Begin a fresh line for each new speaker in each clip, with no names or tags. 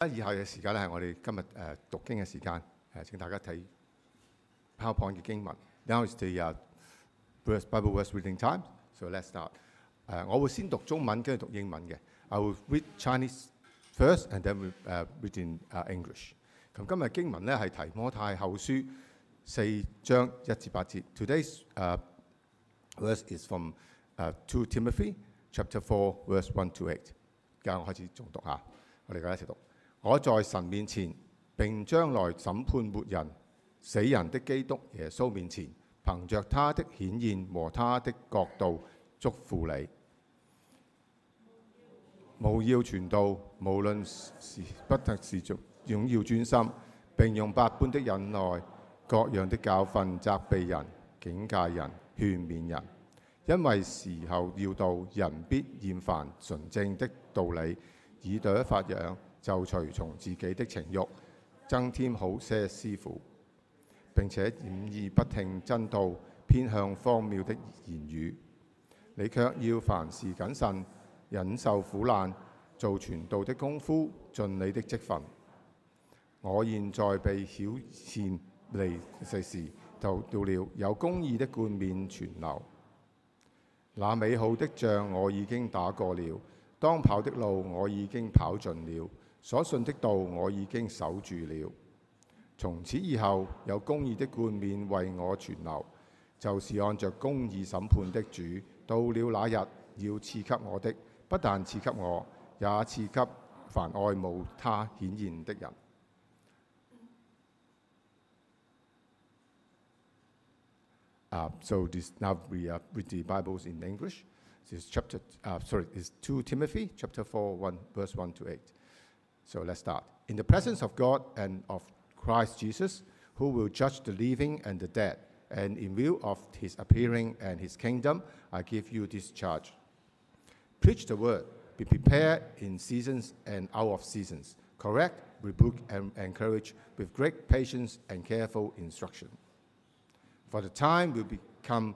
啊，以下嘅時間咧係我哋今日誒讀經嘅時間，誒請大家睇 PowerPoint 嘅經文。Now is the、uh, verse Bible verse reading time, so let's start. 誒、我會先讀中文，跟住讀英文嘅。I will read Chinese first, and then we、uh, read in、uh, English。咁今日經文咧係提摩太後書四章一至八節。Today's、uh, verse is from、uh, to Timothy chapter four verse one to eight。而家我開始重讀下，我哋大家一齊讀。我在神面前，並將來審判活人、死人的基督耶穌面前，憑着他的顯現和他的國度，祝福你。務要傳道，無論是不特是做，總要專心，並用百般的忍耐、各樣的教訓責備人、警戒人、勸勉人。因為時候要到，人必厭煩純正的道理，耳朵發癢，就隨從自己的情慾，增添好些師傅。並且掩耳不聽真道，偏向荒謬的言語。你卻要凡事謹慎，忍受苦難，做傳道的功夫，盡你的職分。我現在被曉現離世時，就到了有公義的冠冕存留。那美好的仗我已經打過了，當跑的路我已經跑盡了，所信的道我已經守住了。從此以後，有公義的冠冕為我存留，就是按着公義審判的主。到了那日，要賜給我的，不但賜給我，也賜給凡愛慕他顯現的人。Uh, so this now we are with the Bibles in English. This is chapter, uh, sorry, is 2 Timothy chapter 4, 1, verse 1 to 8. So let's start. In the presence of God and of Christ Jesus, who will judge the living and the dead, and in view of his appearing and his kingdom, I give you this charge. Preach the word, be prepared in seasons and out of seasons, correct, rebuke, and encourage with great patience and careful instruction. For the time will become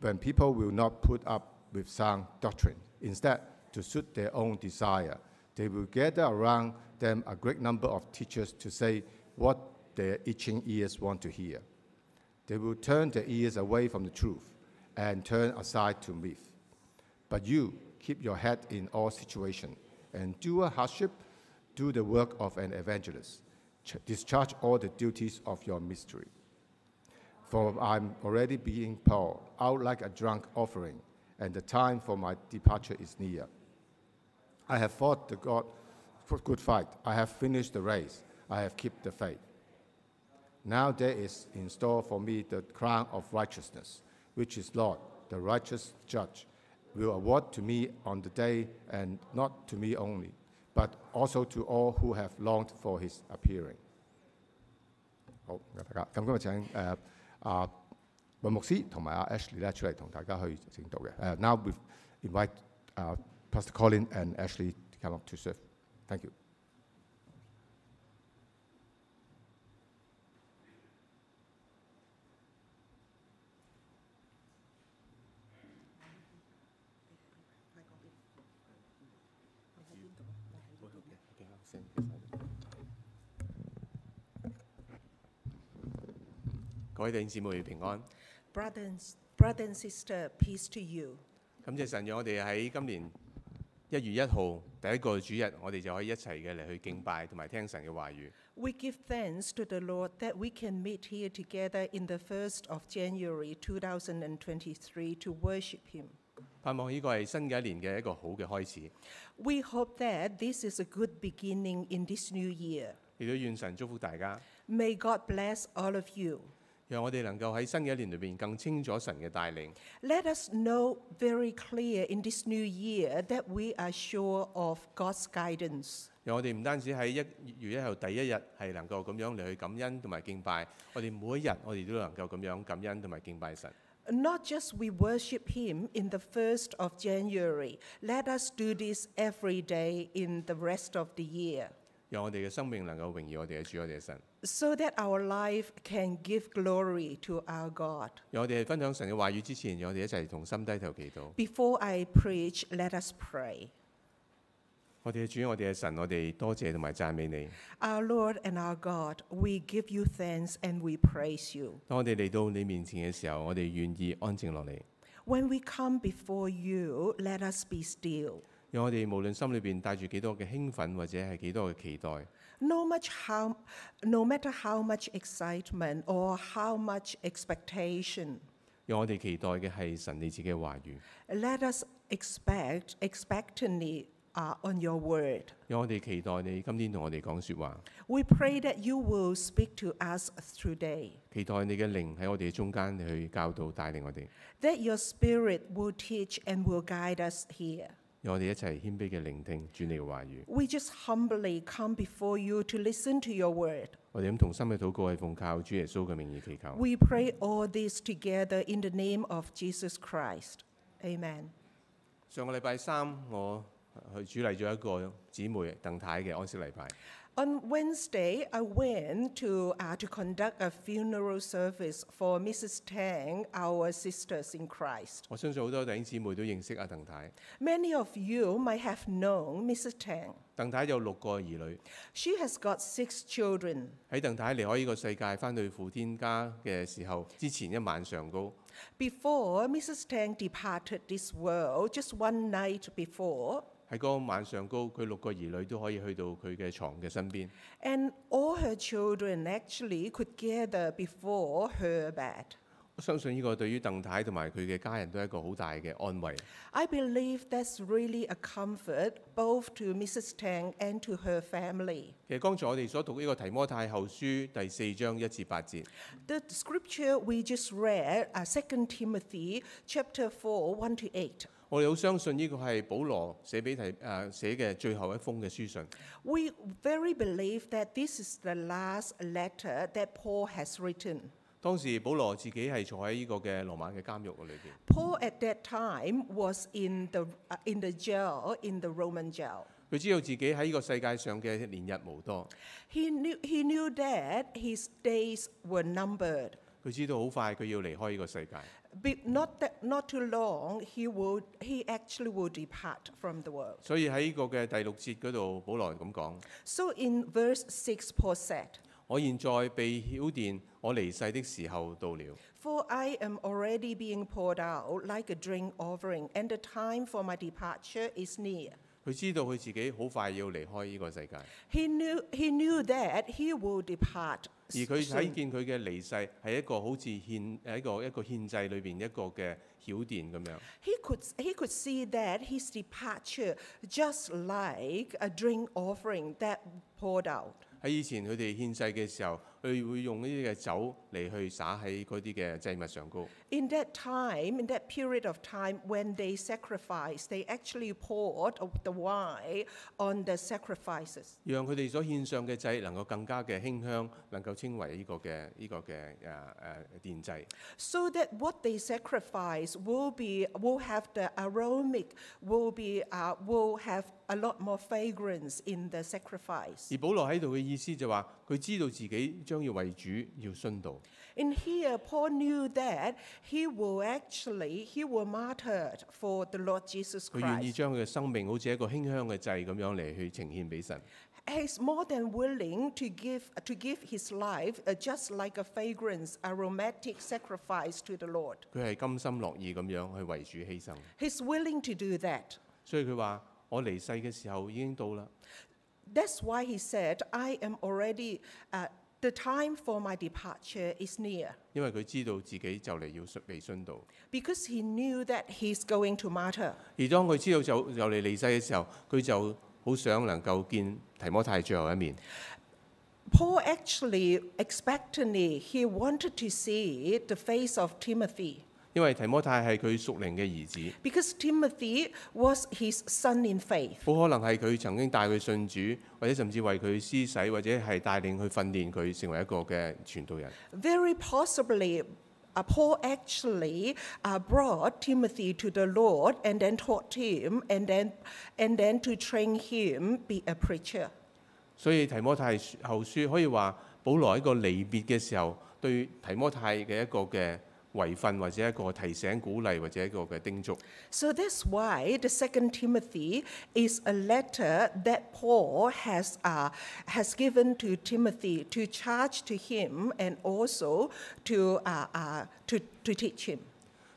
when people will not put up with sound doctrine. Instead, to suit their own desire, they will gather around them a great number of teachers to say what their itching ears want to hear. They will turn their ears away from the truth and turn aside to myth. But you keep your head in all situation, endure hardship, do the work of an evangelist, ch- discharge all the duties of your mystery. For I'm already being poured out like a drunk offering, and the time for my departure is near. I have fought the God for good fight. I have finished the race. I have kept the faith. Now there is in store for me the crown of righteousness, which is Lord, the righteous judge, will award to me on the day, and not to me only, but also to all who have longed for his appearing. Oh, 好，唔該大家。咁今日請誒阿尹牧師同埋阿 Ah, Ashley 咧出嚟同大家去整導嘅。誒、n o w Uh, we invite 啊、Pastor Colin and Ashley to come up to serve. Thank you.
各位弟兄姊妹平安，
Brother and, brother and sister, peace to you.
感謝神讓我哋喺今年一月一號第一個主日，我哋就可以一齊嘅嚟去敬拜同埋聽神嘅話語。
We give thanks to the Lord that we can meet here together in the 1st of January 2023 to worship Him.
盼望呢個係新嘅一年嘅一個好嘅開始，
We hope that this is a good beginning in this new year.
亦都願神祝福大家，
May God bless all of you.
讓我哋能夠喺新嘅一年裏邊更清楚神嘅帶領，
Let us know very clear in this new year that we are sure of God's guidance.
讓我哋唔單止喺一月一號第一日係能夠咁樣嚟去感恩同埋敬拜，我哋每一日我哋都能夠咁樣感恩同埋敬拜神。
Not just we worship Him in the 1st of January, let us do this every day in the rest of the year
讓我哋嘅生命能夠榮耀我哋嘅主，我哋嘅神。
so that our life can give glory to our God.
讓我哋分享神嘅話語之前，讓我哋一齊同心低頭祈禱。
Before I preach, let us pray.
我哋嘅主，我哋嘅神，我哋多謝同埋讚美你。
Our Lord and our God, we give you thanks and we praise you.
當我哋嚟到你面前嘅時候，我哋願意安靜落嚟，
When we come before you, let us be still.
讓我哋無論心裏邊帶住幾多嘅興奮或者係幾多嘅期待，
No, much how, no matter how much excitement or how much expectation,
讓我哋期待嘅係神你自己嘅話語，
let us expect expectantly uh, on your word.
讓我哋期待你今天同我哋講説話，
We pray that you will speak to us today,
期待你嘅靈喺我哋中間你去教導帶領我哋，
that your spirit will teach and will guide us here.
讓我哋一齊謙卑嘅聆聽主你嘅話語。
We just humbly come before you to listen to your word.
我哋咁同心嘅禱告係奉靠主耶穌嘅名義祈求。
We pray all this together in the name of Jesus Christ. Amen.
上個禮拜三我去主禮咗一個姊妹鄧太嘅安息禮拜。
On Wednesday, I went to, uh, to conduct a funeral service for Mrs. Tang, our sisters in Christ.
我相信好多弟兄姊妹都認識阿鄧太。
Many of you might have known Mrs. Tang.
鄧太有六個兒女，
She has got six children.
喺鄧太離開呢個世界翻去父天家嘅時候，之前一晚上高，
Before Mrs. Tang departed this world, just one night before,
喺嗰晚上高，佢六個兒女都可以去到佢嘅床嘅身邊。
and all her children actually could gather before her bed.
我相信呢個對於鄧太同埋佢嘅家人都係一個好大嘅安慰。
I believe that's really a comfort both to Mrs. Tang and to her family.
其實剛才我哋所讀呢個提摩太後書第四章一至八節，
The scripture we just read, uh, 2 Timothy chapter 4, 1 to 8.
我哋好相信呢個係保羅寫俾提誒、呃、寫嘅最後一封嘅書信。
We very believe that this is the last letter that Paul has written.
當時保羅自己係坐喺呢個嘅羅馬嘅監獄裏邊，
Paul at that time was in the, uh, in the jail, in the Roman jail.
佢知道自己喺呢個世界上嘅年日無多，
He knew, he knew that his days were numbered.
佢知道好快佢要離開呢個世界。
Be, not, that, not too long, he, will, he actually will depart from the world.
所以喺呢個嘅第六節嗰度，保羅咁講：
So in verse 6, Paul said,
我現在被澆奠，我離世的時候到了。
For I am already being poured out like a drink offering, and the time for my departure is near.
佢知道佢自己好快要離開呢個世界，而
He knew, he knew that he will depart.
佢
soon.
睇見佢嘅離世係一個好似獻誒一個一個獻祭裏邊一個嘅澆奠咁樣。
He could, he could see that his departure, just like a drink offering that poured out.
喺以前佢哋獻祭嘅時候，佢會用呢啲嘅酒嚟去灑喺嗰啲嘅祭物上高。
In that time, in that period of time when they sacrificed, they actually poured of the wine on the sacrifices.
讓佢哋所獻上嘅祭能夠更加嘅馨香，能夠稱為呢個嘅呢、個嘅誒誒奠祭。
so that what they sacrifice will be will have the aromatic will be uh, will have a lot more fragrance in the sacrifice
而保羅喺度嘅意思就話，佢知道自己將要為主要殉道，
in here paul knew that he will actually he will martyred for the lord jesus
佢願意
christ
將佢嘅生命好似一個馨香嘅祭咁樣嚟去呈獻俾神。
he's more than willing to give to give his life uh, just like a fragrance aromatic sacrifice to the lord
佢係甘心樂意咁樣去為主犧牲。
he's willing to do that
所以佢話：我離世嘅時候已經到啦，
That's why he said, I am already, uh, the time for my departure is near,
因為佢知道自己就嚟要殉被殉道。
because he knew that he's going to martyr.
而當佢知道就就嚟離世嘅時候，佢就好想能夠見提摩太最後一面。
Paul actually, expectantly, he wanted to see the face of Timothy,
因為提摩太係佢屬靈嘅兒子，
because Timothy was his son in faith.
好可能係佢曾經帶佢信主，或者甚至為佢施洗，或者係帶領佢訓練佢成為一個嘅傳道人。
Very possibly, uh, Paul actually uh, brought Timothy to the Lord and then taught him and then, and then to train him be a preacher.
所以提摩太後書可以話，保羅喺一個離別嘅時候，對提摩太嘅一個嘅為訓或者一個提醒、鼓勵或者一個嘅叮囑。
So that's why the second Timothy is a letter that Paul has, uh, has given to Timothy to charge to him and also to, uh, uh, to, to teach him.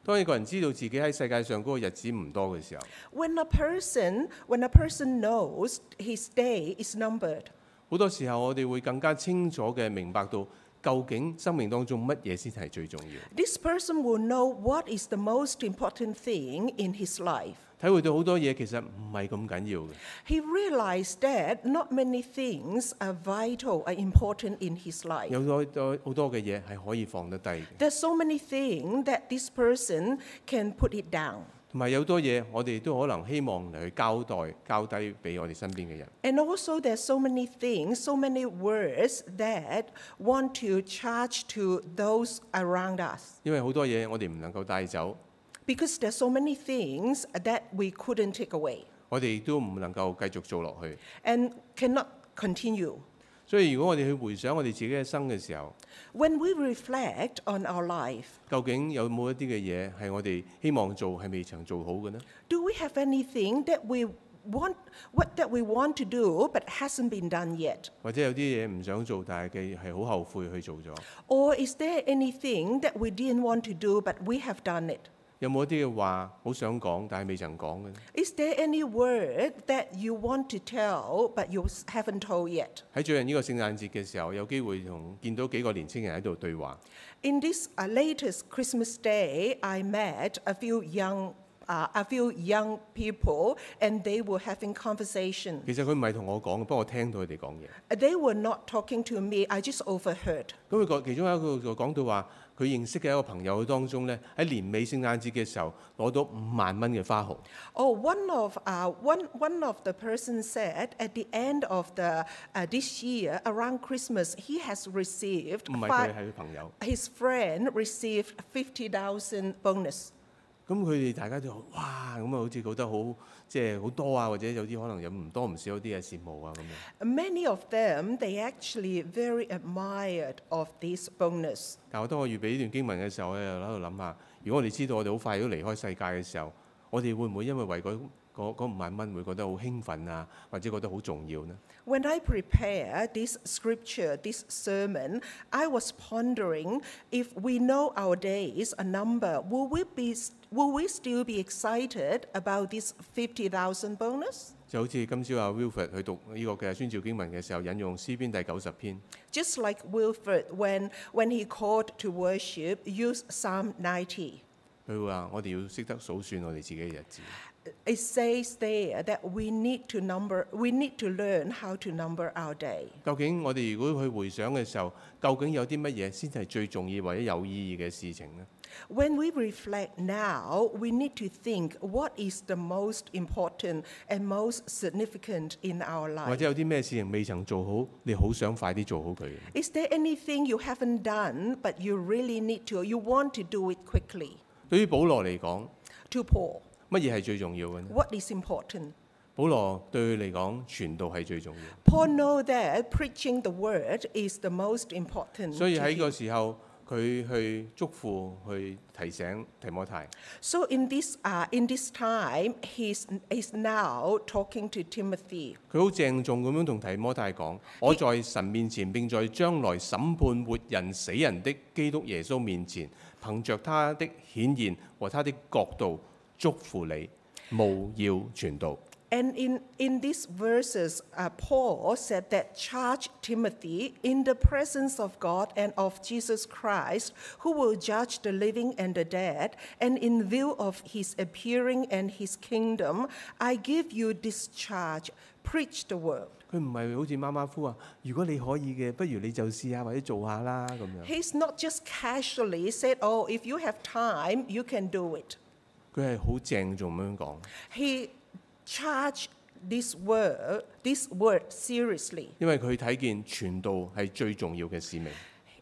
當一個人知道自己喺世界上嗰個日子唔多嘅時候，
When a person, when a person knows his day is numbered,
好多時候我哋會更加清楚嘅明白到究竟生命當中乜嘢先係最重要，
this person will know what is the most important thing in his life.
體會到好多嘢其實唔係咁緊要嘅。
He realized that not many things are vital, are important in his life.
有好多好多嘅嘢係可以放得低嘅，
There's so many things that this person can put it down.
同埋有好多嘢我哋都可能希望嚟去交代交低俾我哋身邊嘅人。
And also there's so many things, so many words that want to charge to those around us.
因為好多嘢我哋唔能夠帶走，
Because there's so many things that we couldn't take away
我哋亦都唔能夠繼續做落去。
and cannot continue.
所以如果我哋去回想我哋自己嘅生嘅時候，
When we reflect on our life,
究竟有冇一啲嘅嘢係我哋希望做係未曾做好嘅呢？
do we have anything that we want what that we want to do but hasn't been done yet?
或者有啲嘢唔想做，但係嘅係好後悔去做咗？
Or is there anything that we didn't want to do but we have done it?
有冇一啲嘅話好想講，但係未曾講嘅呢？
Is there any word that you want to tell but you s- haven't told yet?
喺最近呢個聖誕節嘅時候，有機會同見到幾個年青人喺度對話。
In this uh, latest Christmas day, I met a few young uh, a few young people, and they were having conversation.
其實佢唔係同我講嘅，不過我聽到佢哋講嘢。
They were not talking to me. I just overheard.
咁佢講其中一個就講到話，佢認識嘅一個朋友當中呢，喺年尾聖誕節嘅時候攞到五萬蚊嘅花紅。
Oh, one of uh, one one of the person said at the end of the uh, this year around Christmas, he has received
唔係佢
fi-
係佢朋友。
his friend received fifty thousand bonus.
咁佢哋大家都話哇，咁啊好似覺得好即係好多啊，或者有啲可能有唔多唔少有啲嘢羨慕啊咁樣。
Many of them, they actually very admired of this bonus.
但我當我預備呢段經文嘅時候，我又喺度諗下，如果我哋知道我哋好快要離開世界嘅時候，我哋會唔會因為為嗰嗰嗰五萬蚊會覺得好興奮啊，或者覺得好重要呢？
When I prepare this scripture, this sermon, I was pondering if we know our days a number, will we be will we still be excited about this 50,000 bonus?
就好似今朝阿 Wilfred 去讀呢個嘅宣召經文嘅時候，引用詩篇第九十篇，
Just like Wilfred when when he called to worship used Psalm 90.
佢會話：我哋要識得數算我哋自己嘅日子。
It says there that we need to number we need to learn how to number our day.
究竟我哋如果去回想嘅時候，究竟有啲乜嘢先係最重要或者有意義嘅事情呢？
When we reflect now, we need to think what is the most important and most significant in our
或
life.
者有啲咩事情未曾做好，你好想快啲做好佢嘅？
Is there anything you haven't done but you really need to, you want to do it quickly?
對於保羅嚟講，
To Paul,
乜嘢係最重要嘅呢？
what is important?
保羅對佢嚟講，傳道係最重要。
Paul know that preaching the word is the most important.
所以
to
喺
him.
個時候，佢去祝福、去提醒提摩太。
So in this uh, in this time, he's is now talking to Timothy.
佢好鄭重咁樣同提摩太講：我在神面前，並在將來審判活人死人的基督耶穌面前，憑着他的顯現和他的國度，祝福你，務要傳道。
And in, in these verses, uh, Paul said that charge Timothy in the presence of God and of Jesus Christ, who will judge the living and the dead, and in view of his appearing and his kingdom, I give you this charge preach the word.
佢唔係好似馬馬虎啊！如果你可以嘅，不如你就試下或者做下啦咁樣。
He's not just casually said, Oh, if you have time, you can do it.
佢係好鄭重咁樣講，
He charged this word, this word seriously.
因為佢睇見傳道係最重要嘅使命。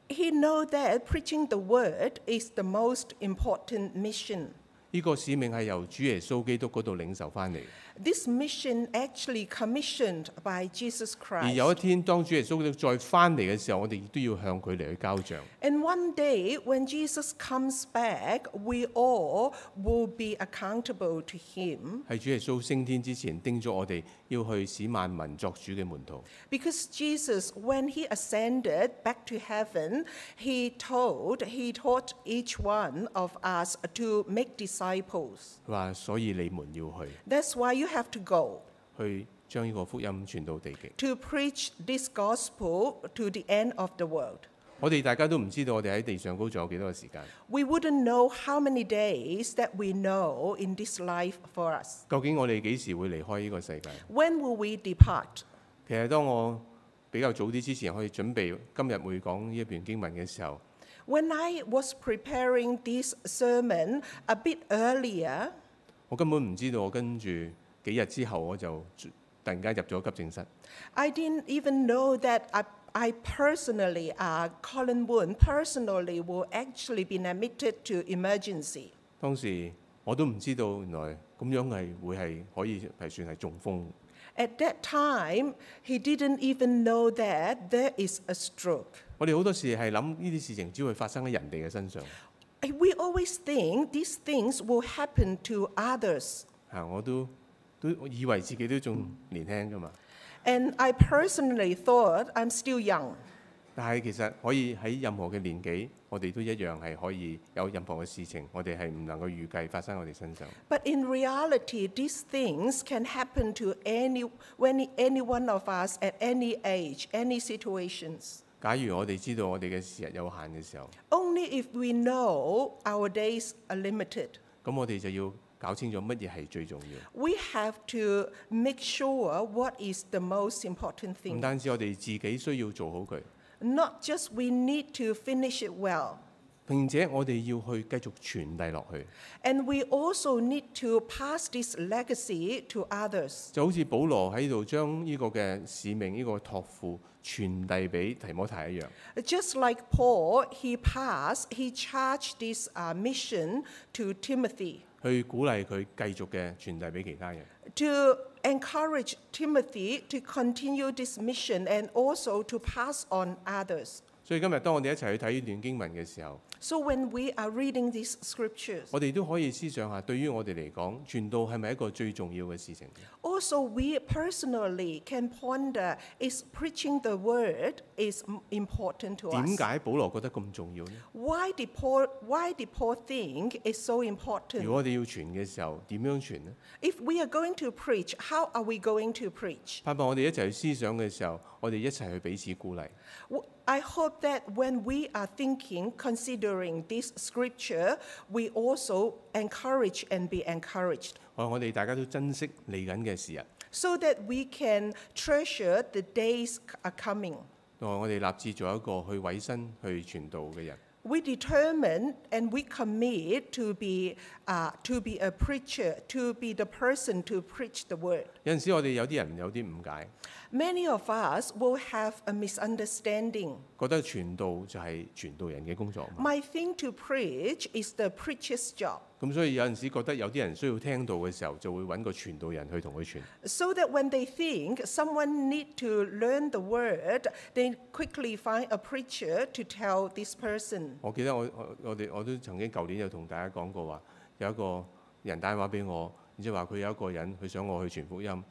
He know that preaching the word is the most important mission.
呢個使命係由主耶穌基督嗰度領受翻嚟。
This mission actually commissioned by Jesus
而
Christ.
有一天，當主耶穌基督再翻嚟嘅時候，我哋亦都要向佢嚟去交帳。
And one day, when Jesus comes back, we all will be accountable to him
係主耶穌升天之前叮咗我哋要去使萬民作主嘅門徒。
because Jesus, when he ascended back to heaven, he told, he taught each one of us to make disciples.
佢話：所以你們要去，
That's why you have to go
去將呢個福音傳到地極。
to preach this gospel to the end of the world.
我哋大家都唔知道我哋喺地上高仲有幾多嘅時間。
We wouldn't know how many days that we know in this life for us.
究竟我哋幾時會離開呢個世界？
When will we depart?
其實當我比較早啲之前可以準備今日會講呢一段經文嘅時候，
When I was preparing this sermon a bit earlier,
我根本唔知道我跟住幾日之後我就突然間入咗急症室。
I didn't even know that I, I personally, uh, Colin Woon personally, will actually be admitted to emergency.
當時我都唔知道原來咁樣係會係可以係算係中風。
At that time, he didn't even know that there is a stroke.
我哋好多時係諗呢啲事情只會發生喺人哋嘅身上。
We always think these things will happen to others.
啊，我都都以為自己都仲年輕㗎嘛，
And I personally thought I'm still young.
但係其實可以喺任何嘅年紀，我哋都一樣係可以有任何嘅事情，我哋係唔能夠預計發生喺我哋身上。
But in reality, these things can happen to any, any, any one of us at any age, any situations.
假如我哋知道我哋嘅時日有限嘅時候，
Only if we know our days are limited.
咁我哋就要搞清楚乜嘢係最重要。
We have to make sure what is the most important
唔
thing.
單止我哋自己需要做好佢，
Not just we need to finish it well,
並且我哋要去繼續傳遞落去，
and we also need to pass this legacy to others.
就好似保羅喺度將呢個嘅使命、呢、個託付傳遞俾提摩太一樣。
Just like Paul, he passed, he charged this uh, mission to Timothy.
去鼓勵佢繼續嘅傳遞俾其他人。
to encourage Timothy to continue this mission and also to pass on others.
所以今日當我哋一齊去睇呢段經文嘅時候，
So when we are reading these scriptures,
我哋都可以思想下，對於我哋嚟講，傳道係咪一個最重要嘅事情？
also we personally can ponder is preaching the word is m- important to
點
us.
解保羅覺得咁重要呢？
Why did Paul why did Paul think it's so
如
important?
果我哋要傳嘅時候，點樣傳呢？
If we are going to preach, how are we going to preach?
盼望我哋一齊去思想嘅時候，我哋一齊去彼此鼓勵。
W- I hope that when we are thinking, considering this scripture, we also encourage and be encouraged
我我哋大家都珍惜嚟緊嘅時日，
so that we can treasure the days c- are coming.
我哋立志做一個去委身去傳道嘅人。
We determine and we commit to be, uh, to be a preacher, to be the person to preach the word.
有陣時我哋有啲人有啲誤解，
Many of us will have a misunderstanding.
覺得傳道就係傳道人嘅工作嘛。
My thing to preach is the preacher's job.
咁所以有陣時覺得有啲人需要聽到嘅時候，就會揾個傳道人去同佢傳。
so that when they think someone need to learn the word, they quickly find a preacher to tell this person.
我記得我我我哋我都曾經舊年有同大家講過話，有一個人打電話俾我，然之後話佢有一個人，佢想我去傳福音。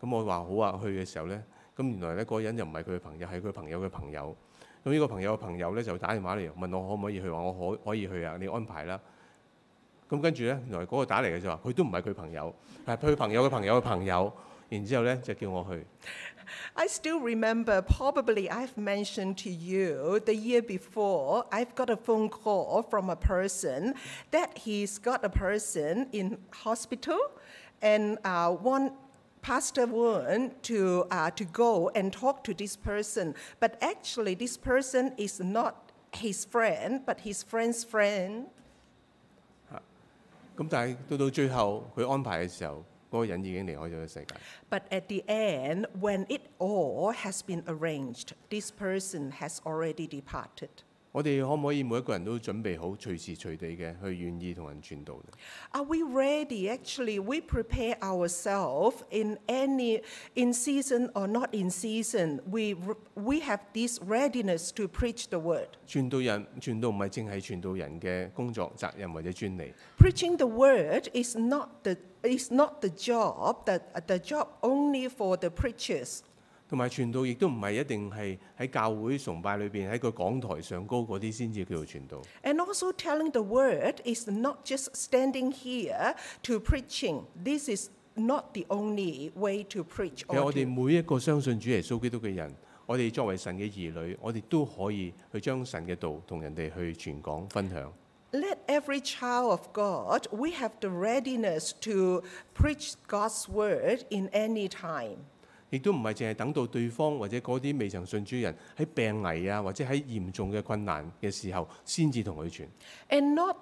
咁我話好啊，去嘅時候呢，咁原來呢嗰個人又唔係佢嘅朋友，係佢朋友嘅朋友。咁呢個朋友嘅朋友呢，就打電話嚟問我可唔可以去，話我可可以去啊，你安排啦。咁跟住呢，原來嗰個打嚟嘅就話佢都唔係佢朋友，係佢朋友嘅朋友嘅朋友。然之後呢，就叫我去。
I still remember, probably I've mentioned to you the year before, I've got a phone call from a person that he's got a person in hospital and uh, one pastor want to, uh, to go and talk to this person. But actually, this person is not his friend, but his friend's friend.
咁但係到到最後佢安排嘅時候，嗰、個人已經離開咗個世界。
But at the end, when it all has been arranged, this person has already departed.
我哋可唔可以每一個人都準備好隨時隨地嘅去願意同人傳道呢？
Are we ready? Actually, we prepare ourselves in any in season or not in season. We re- we have this readiness to preach the word.
傳道人傳道唔係淨係傳道人嘅工作責任或者專利，
Preaching the word is not the is not the job that the job only for the preachers.
同埋傳道亦都唔係一定係喺教會崇拜裏邊喺個講台上高嗰啲先至叫做傳道。
And also telling the word is not just standing here to preaching. This is not the only way to preach.
哦其實
or
我
to
哋每一個相信主耶穌基督嘅人，我哋作為神嘅兒女，我哋都可以去將神嘅道同人哋去傳講分享。
Let every child of God, we have the readiness to preach God's word in any time.
亦都唔係淨係等到對方或者嗰啲未曾信主嘅人喺病危啊，或者喺嚴重嘅困難嘅時候，先至同佢傳。
And not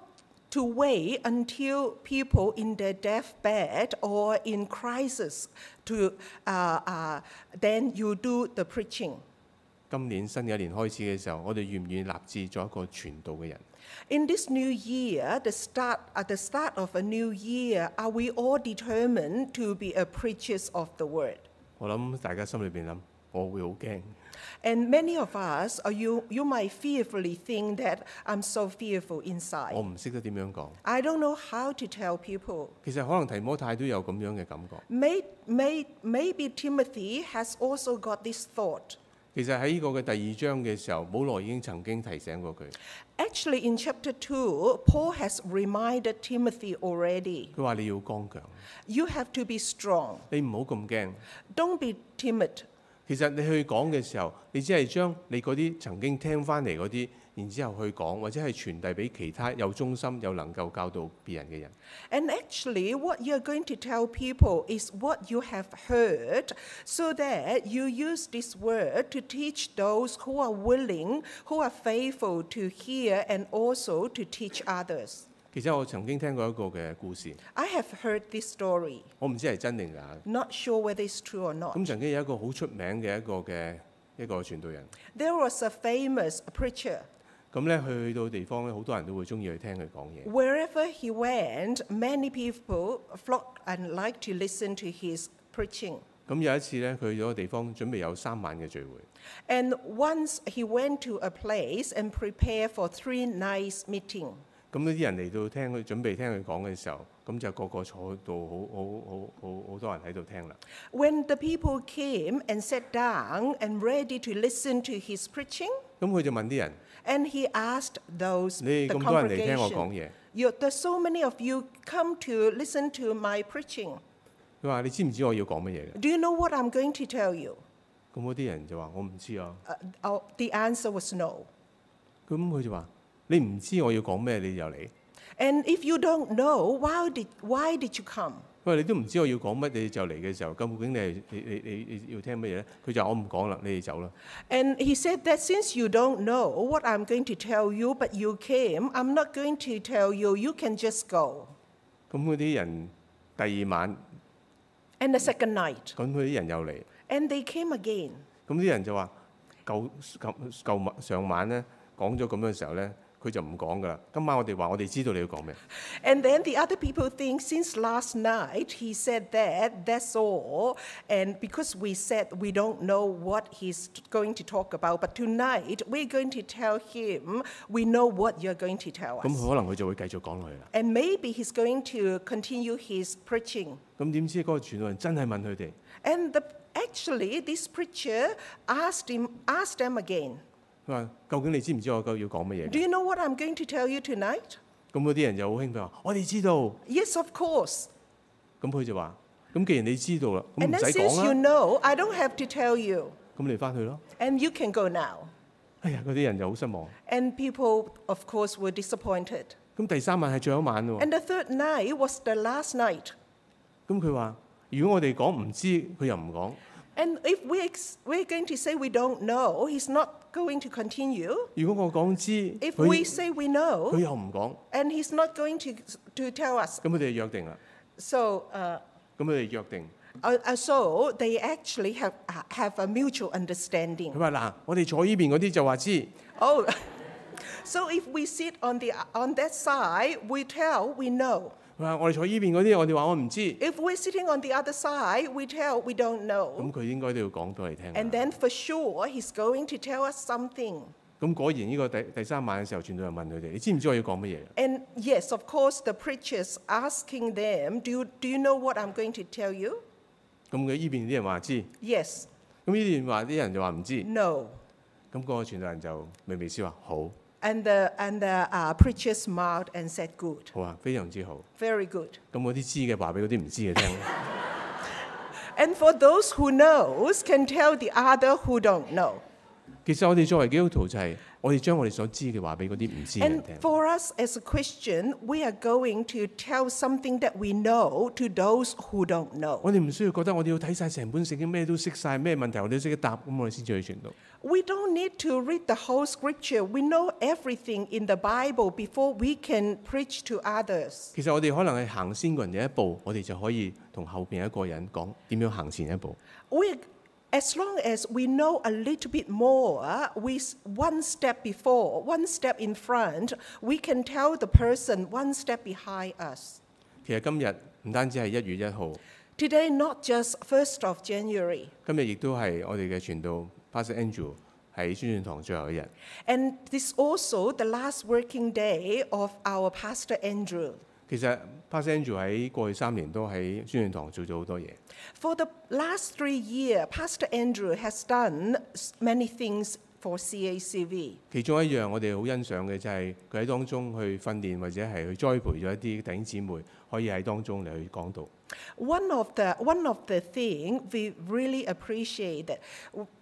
to wait until people in their deathbed or in crisis to, uh, uh, then you do the preaching.
今年新嘅一年開始嘅時候，我哋願唔願意立志做一個傳道嘅人？
In this new year, the start, at the start of a new year, are we all determined to be a preachers of the word?
我諗大家心裏邊諗，我會好驚。
And many of us, uh, you, you might fearfully think that I'm so fearful inside.
我唔識得點樣講。
I don't know how to tell people.
其實可能提摩太都有咁樣嘅感覺。
May, may, maybe Timothy has also got this thought.
其實喺呢個嘅第二章嘅時候，保羅已經曾經提醒過佢，
Actually, in chapter 2, Paul has reminded Timothy already
佢話你要剛強，
you have to be strong,
你唔好咁驚。
don't be timid.
其實你去講嘅時候，你只係將你嗰啲曾經聽翻嚟嗰啲，然之後去講，或者係傳遞俾其他有忠心又能夠教導別人嘅人。
And actually, what you're going to tell people is what you have heard, so that you use this word to teach those who are willing, who are faithful to hear, and also to teach others.
其實我曾經聽過一個嘅故事，
I have heard this story.
我唔知係真定假。
Not sure whether it's true or not.
咁曾經有一個好出名嘅一個嘅一個傳道人，
There was a famous preacher.
咁咧佢去到地方咧，好多人都會中意去聽佢講嘢。
Wherever he went, many people flocked and liked to listen to his preaching.
咁有一次咧，佢去咗個地方，準備有三晚嘅聚會。
And once he went to a place and prepared for three nights meeting.
咁呢啲人嚟到聽佢準備聽佢講嘅時候，咁就個個坐到好好好好好多人喺度聽啦。
When the people came and sat down and ready to listen to his preaching,
咁佢就問啲人：
and he asked those
你
the
咁多人嚟聽我講
congregation,
嘢，
you, there's so many of you come to listen to my preaching.
佢話你知唔知我要講乜嘢嘅？
Do you know what I'm going to tell you?
咁嗰啲人就話我唔知啊。
Uh, oh, the answer was no.
咁佢就話你唔知我要講咩，你就嚟。
And if you don't know, why did, why did you come?
佢話你都唔知我要講乜，你就嚟嘅時候，究竟你係你你你你要聽乜嘢咧？佢就話我唔講啦，你哋走啦。
And he said that since you don't know what I'm going to tell you, but you came, I'm not going to tell you, you can just go.
咁嗰啲人第二晚，
And the second night,
咁佢啲人又嚟，
and they came again.
咁啲人就話舊舊舊晚上晚咧講咗咁嘅時候咧，佢就唔講噶啦。今晚我哋話我哋知道你要講咩，
And then the other people think since last night he said that, that's all. And because we said we don't know what he's going to talk about, but tonight we're going to tell him we know what you're going to tell
咁
us.
佢可能佢就會繼續講落去啦。
And maybe he's going to continue his preaching.
咁點知嗰個傳道人真係問佢哋，
And the, actually, this preacher asked, him, asked them again,
佢話究竟你知唔知我要講乜嘢
Do？you know what I'm going to tell you tonight?
咁嗰啲人就好興奮話：我哋知道。
Yes, of course.
咁佢就話：咁既然你知道啦，咁
And
唔
then
使
since you
講啦，
know, I don't have to tell you.
咁你翻去咯。
And you can go now.
哎呀，嗰啲人就好失望。
And people, of course, were disappointed.
咁第三晚係最後一晚喎。
And the third night was the last night.
咁佢話：如果我哋講唔知，佢又唔講；
And if we ex- we're going to say we don't know, he's not going to continue.
如果我講知，
If we
佢
say we
佢
know,
又唔講。
and he's not going to, to tell us.
咁佢哋約定啦。
So, uh,
咁佢哋約定，
Uh, uh, so they actually have, have a mutual
佢
understanding.
話嗱，我哋坐呢邊嗰啲就話知，
Oh, So if we sit on, the, uh, on that side, we tell we know.
佢話：我哋坐依邊嗰啲，我哋話我唔知。咁
If we're sitting on the other side, we tell we don't know.
佢應該都要講俾我哋聽啦。
And then for sure, he's going to tell us something.
咁果然呢個第第三晚嘅時候，傳道人問佢哋：你知唔知我要講乜嘢？
And yes, of course, the preacher's asking them, do you, do you know what I'm going to tell you?
咁佢依邊啲人話知，咁呢
Yes,
邊話啲人就話唔知。
no.
咁、嗰個傳道人就微微笑話：好，
And the, and the uh, preacher smiled and said, good,
好啊，非常之好。
very good.
咁嗰啲知嘅話俾嗰啲唔知嘅聽。
And for those who knows can tell the other who don't know.
其實我哋作為基督徒就係、我哋將我哋所知嘅話俾嗰啲唔知嘅人
And
聽。
for us as a Christian, we are going to tell something that we know to those who don't know.
我哋唔需要覺得我哋要睇晒成本聖經咩都識晒，咩問題我哋都識得答，咁我哋先至去傳道。
We don't need to read the whole scripture. We know everything in the Bible before we can preach to others.
其實我哋可能係行先過人哋一步，我哋就可以同後邊一個人講點樣行前一步。
We, as long as we know a little bit more, we s- one step before, one step in front, we can tell the person one step behind us.
其實今日唔單止係一月一號，
Today, not just 1st of January,
今日亦都係我哋嘅傳道 Pastor Andrew 喺宣傳堂最後一日。
and this also the last working day of our pastor Andrew.
其實 Pastor Andrew 喺過去三年都喺宣傳堂做咗好多嘢。
For the last three years, Pastor Andrew has done s- many things for CACV.
其中一樣我哋好欣賞嘅就係佢喺當中去訓練或者係去栽培咗一啲弟兄姊妹，可以喺當中嚟去講道。
One of the one of the thing we really appreciated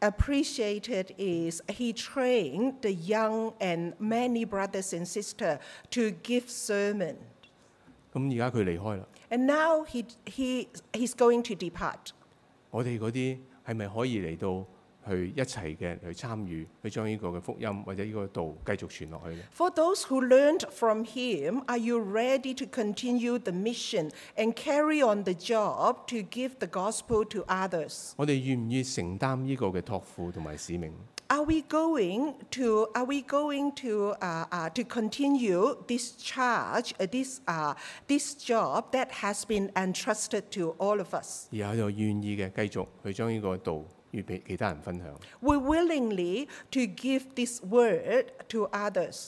appreciated is he trained the young and many brothers and sisters to give sermon.
咁而家佢離開啦，
And now he he he's going to depart.
我哋嗰啲係咪可以嚟到去一齊嘅去參與，去將呢個嘅福音或者呢個道繼續傳落去呢？
For those who learned from him, are you ready to continue the mission and carry on the job to give the gospel to others?
我哋願唔願承擔呢個嘅託付同埋使命？
Are we going to are we going to uh, uh, to continue this charge, uh, this uh, this job that has been entrusted to all of us?
而我就願意嘅繼續去將呢個道與俾其他人分享。
We willingly to give this word to others.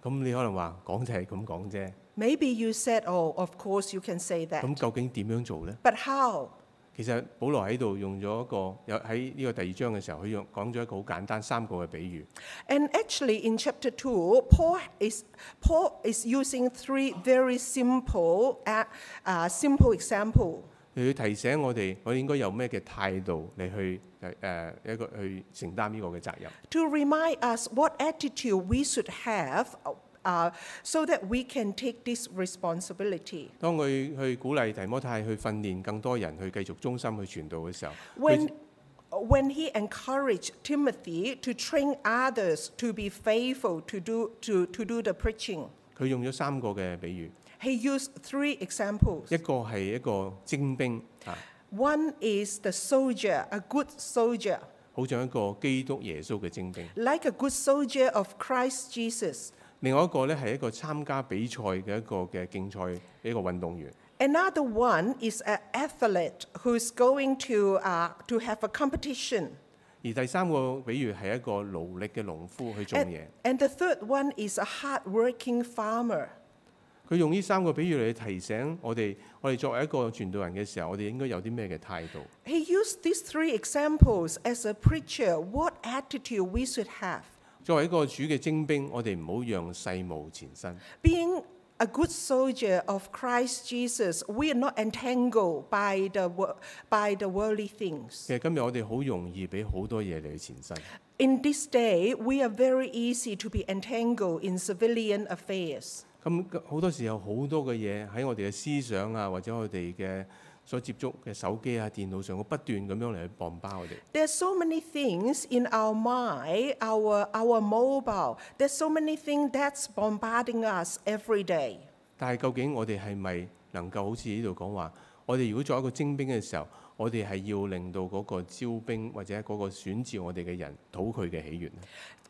咁你可能話講就係咁講啫，
Maybe you said, "Oh, of course you can say that,"
咁究竟點樣做呢？
but how?
其實保羅喺度用咗一個有喺呢個第二章嘅時候，佢用講咗一個好簡單三個嘅比喻。
And actually, in chapter 2, Paul is, Paul is using three very simple, uh, uh, simple example.
佢提醒我哋，我哋應該有咩嘅態度嚟去誒、呃一個去承擔呢個嘅責任。
to remind us what attitude we should have uh, so that we can take this responsibility.
當佢去鼓勵提摩太去訓練更多人去繼續忠心去傳道嘅時候，佢
When, when he encouraged Timothy to train others to be faithful to do, to, to do the preaching,
佢用咗三個嘅比喻，
he used three examples.
一個係一個精兵啊，
One is the soldier, a good soldier,
好像一個基督耶穌嘅精兵；
like a good soldier of Christ Jesus.
另外一個咧係一個參加比賽嘅一個嘅競賽一個運動員。
Another one is an athlete who's going to, uh, to have a competition.
而第三個比喻係一個勞力嘅農夫去種
And,
嘢。
and the third one is a hard-working farmer.
佢用呢三個比喻嚟提醒我哋，我哋作為一個傳道人嘅時候，我哋應該有啲咩嘅態度？
He used these three examples as a preacher, what attitude we should have.
作為一個主嘅精兵，我哋唔好讓世務纏身。
Being a good soldier of Christ Jesus, we are not entangled by the, wor- by the worldly things.
其實今日我哋好容易俾好多嘢嚟去纏身，
In this day, we are very easy to be entangled in civilian affairs.
咁好多時候好多嘅嘢喺我哋嘅思想啊，或者我哋嘅所接觸嘅手機啊、電腦上，我不斷咁樣嚟去磅巴我哋。
There's so many things in our mind, our, our mobile. There's so many things that's bombarding us every day.
但係究竟我哋係咪能夠好似呢度講話，我哋如果作為一個精兵嘅時候，我哋係要令到嗰個招兵或者嗰個選召我哋嘅人討佢嘅喜悦呢？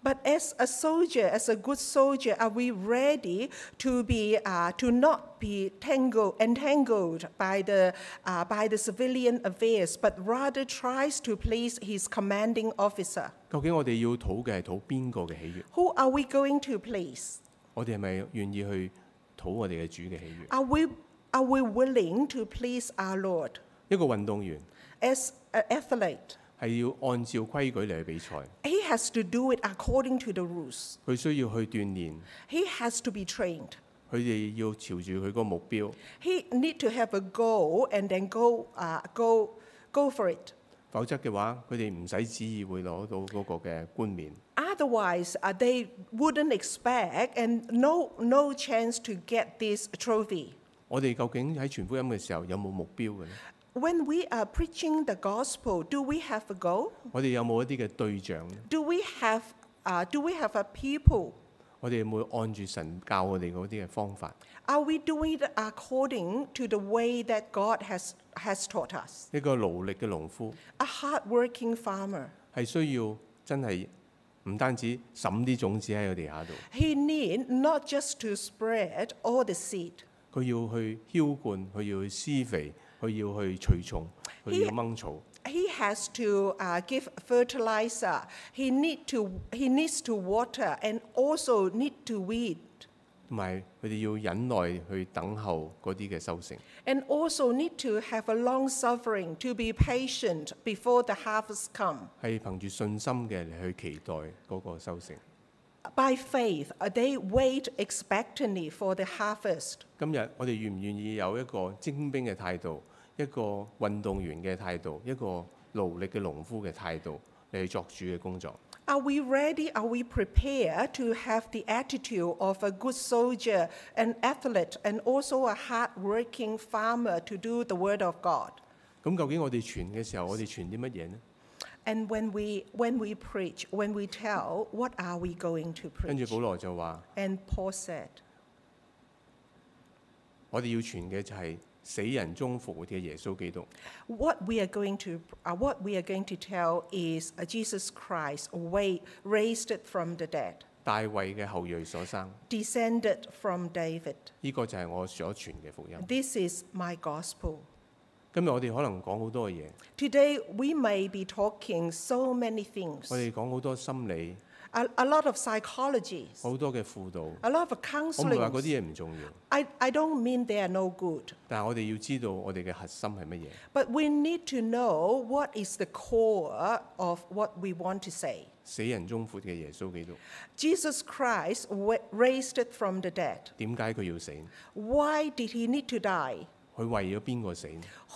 But as a soldier, as a good soldier, are we ready to be uh, to not be tangled entangled by the uh, by the civilian affairs, but rather tries to please his commanding officer?
究竟我哋要討嘅係討邊個嘅喜悦？
Who are we going to please?
我哋係咪願意去討我哋嘅主嘅喜悦？
Are we are we willing to please our Lord?
一個運動員
As an athlete,
係要按照規矩嚟去比賽，
he has to do it according to the rules.
佢需要去鍛鍊，
He has to be trained.
佢哋要朝住佢個目標，
He need to have a goal and then go uh, go go for it.
否則嘅話佢哋唔使旨意會攞到嗰個嘅冠冕。
Otherwise, uh, they wouldn't expect and no no chance to get this trophy.
我哋究竟喺傳福音嘅時候有冇目標嘅呢？
When we are preaching the gospel, do we have a goal?
我哋有冇一啲嘅對象呢？
Do we have uh, do we have a people?
我哋有冇按住神教我哋嗰啲嘅方法？
Are we doing it according to the way that God has has taught us?
一個勞力嘅農夫
A hardworking farmer,
係需要真係唔單止審啲種子喺佢地下度，
he need not just to spread all the seed.
佢要去澆灌，佢要去施肥，佢要去除蟲，佢要掹草。
He has to uh, give fertilizer. He need to he needs to water and also need to weed
同埋佢哋要忍耐去等候嗰啲嘅收成。
and also need to have a long suffering to be patient before the harvest come.
係憑住信心嘅嚟去期待嗰個收成。
By faith, uh, they wait expectantly for the harvest.
今日我哋願唔願意有一個徵兵嘅態度，一個運動員嘅態度，一個勞力嘅農夫嘅態度嚟去作主嘅工作？
Are we ready? Are we prepared to have the attitude of a good soldier, an athlete, and also a hard-working farmer to do the word of God?
咁究竟我哋傳嘅時候，我哋傳啲乜嘢呢？
And when we when we preach, when we tell, what are we going to
跟住
preach?
保羅就話：
And Paul said,
我哋要傳嘅就係死人中復活嘅耶穌基督。
what we are going to uh, what we are going to tell is uh, Jesus Christ, wa- raised from the dead,
大衛嘅後裔所生，呢、
descended from David.
個就係我所傳嘅福音。
This is my gospel.
今日我哋可能講好多嘅嘢，
Today we may be talking so
我
many things,
哋講好多心理，
a, a lot of psychology,
好多嘅輔導。
a lot of
我唔係話嗰啲
counseling.
嘢唔重要，
I, I don't mean they are no good,
但係我哋要知道我哋嘅核心係乜嘢。
but we need to know what is the core of what we want to say.
死人中闊嘅耶穌基督，
Jesus Christ wa- raised from the dead.
點解佢要死？
Why did he need to die?
佢為咗邊個死？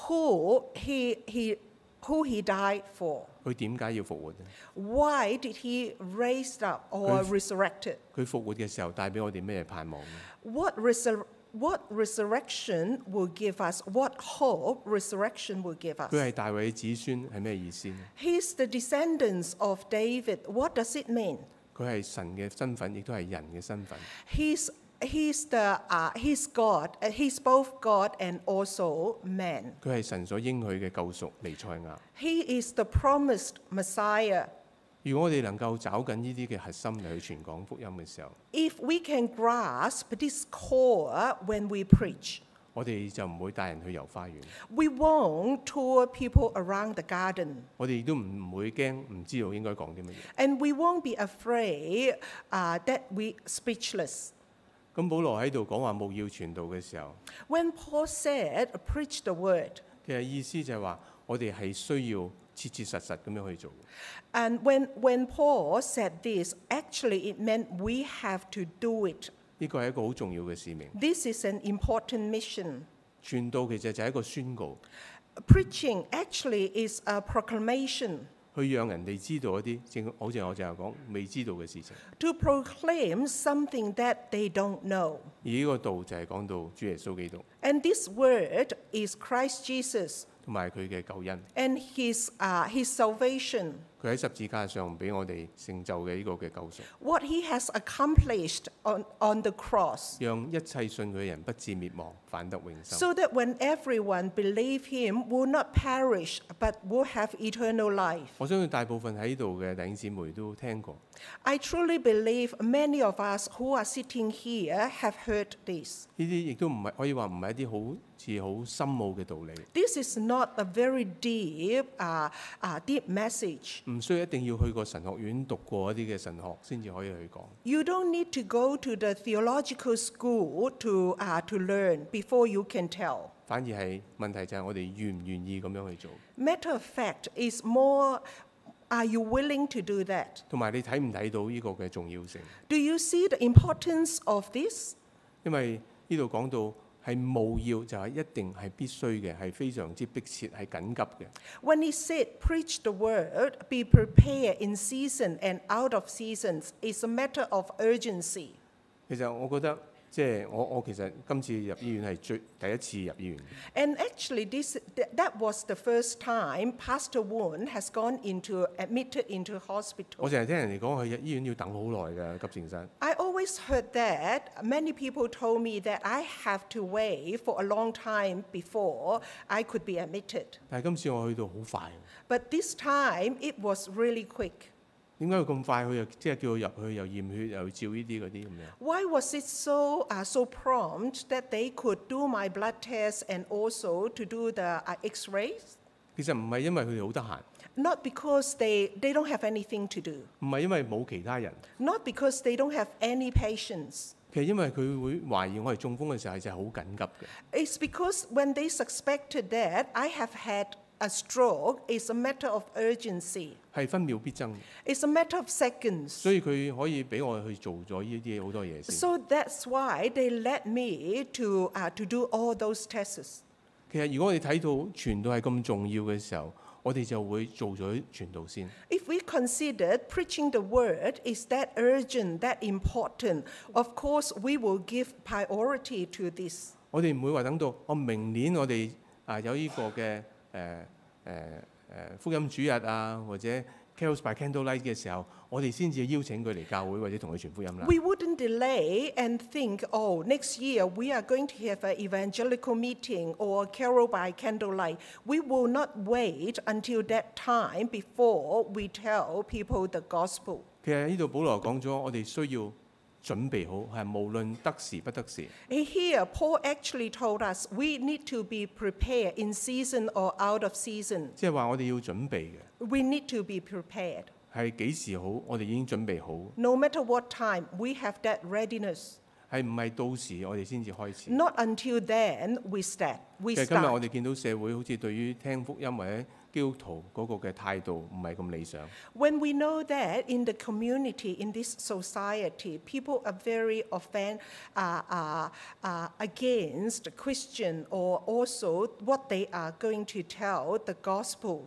Who he, he, who he died for?
佢點解要復活呢？
Why did he raised up or
Who's-
resurrected?
佢復活嘅時候帶俾我哋咩盼望呢？
What, resur- what resurrection will give us? What hope resurrection will give
佢
us?
係大衛嘅子孫係咩意思呢？
He's the descendants of David. What does it mean?
佢係神嘅身份，亦都係人嘅身份。
He's, he's, the, uh, he's God. Uh, He's both God and also man.
佢係神所應許嘅救贖彌賽亞。
He is the promised Messiah.
如果我哋能夠找緊呢啲嘅核心嚟去傳講福音嘅時候，
If we can grasp this core when we preach,
我哋就唔會帶人去遊花園。
we won't tour people around the garden.
我哋亦都唔唔會驚，唔知道應該講啲乜嘢。
And we won't be afraid uh, that we speechless.
咁保羅喺度講話務要傳道嘅時候，
When Paul said, preach the word,
其實意思就係話，我哋係需要切切實實咁樣去做。
and when, when Paul said this, actually it meant we have to do it.
呢個係一個好重要嘅使命。
This is an important mission.
傳道其實就係一個宣告，
Preaching actually is a proclamation.
去讓人哋知道一啲正好似我就係講未知道嘅事情。
to proclaim something that they don't know.
而呢個道就係講到主耶穌基督
And this word is Christ Jesus
同埋佢嘅救恩。
and his, uh, his salvation.
佢喺十字架上俾我哋成就嘅呢個嘅救贖，
What he has accomplished on, on the cross,
讓一切信佢嘅人不至滅亡，反得永生。
so that when everyone believe him will not perish but will have eternal life.
我相信大部分喺度嘅弟兄姊妹都聽過，
I truly believe many of us who are sitting here have heard this.
呢啲亦都唔係可以話唔係一啲好似好深奧嘅道理，
This is not a very deep, uh, uh, deep message.
唔需要一定要去過神學院讀過一啲嘅神學先至可以去講。
You don't need to go to the theological school to, uh, to learn before you can tell.
反而係問題就係我哋願唔願意咁樣去做，
Matter of fact, is more are you willing to do that?
同埋你睇唔睇到呢個嘅重要性？
Do you see the importance of this?
因為呢度講到係務要，就係一定係必須嘅，係非常之迫切，係緊急嘅。
When he said, preach the word, be prepared in season and out of seasons, it's a matter of urgency.
其實我覺得即係我我其實今次入醫院係最第一次入醫院，
And actually, this, th- that was the first time Pastor Woon has gone into, admitted into
我
hospital.
成日聽人哋講去醫院要等好耐㗎急症室，
I always heard that. Many people told me that I have to wait for a long time before I could be admitted.
但係今次我去到好快，
But this time, it was really quick.
點解佢咁快？佢又即係叫我入去又驗血又照呢啲嗰啲咁樣。
Why was it so uh, so prompt that they could do my blood test and also to do the uh, X-rays?
其實唔係因為佢哋好得閒，
Not because they, they don't have anything to do,
唔係因為冇其他人，
not because they don't have any patience.
其實因為佢會懷疑我係中風嘅時候係就係好緊急嘅。
It's because when they suspected that I have had a stroke, it's a matter of urgency.
係分秒必爭，
It's a matter of seconds.
所以佢可以俾我去做咗呢啲好多嘢先。
So that's why they led me to, uh, to do all those tests.
其實如果我哋睇到傳道係咁重要嘅時候，我哋就會做咗傳道先。
If we consider preaching the word is that urgent, that important, of course we will give priority to this.
我哋唔會話等到我明年我哋啊有呢個嘅誒誒誒福音主日啊，或者 Carols by Candlelight 嘅時候，我哋先至邀請佢嚟教會或者同佢傳福音啦。
We wouldn't delay and think, oh, next year we are going to have an evangelical meeting or carol by candlelight. We will not wait until that time before we tell people the gospel.
其實呢度保羅講咗，我哋需要準備好，係無論得時不得時。
Here, Paul actually told us we need to be prepared in season or out of season.
即係話我哋要準備嘅，
We need to be prepared.
係幾時好？我哋已經準備好，
No matter what time, we have that readiness.
係唔係到時我哋先至開始？
Not until then we start. We
其實今日我
start.
哋見到社會好似對於聽福音或者基督徒嗰個嘅態度唔係咁理想，
When we know that in the community, in this society, people are very often uh, uh, uh, against Christian or also what they are going to tell the gospel.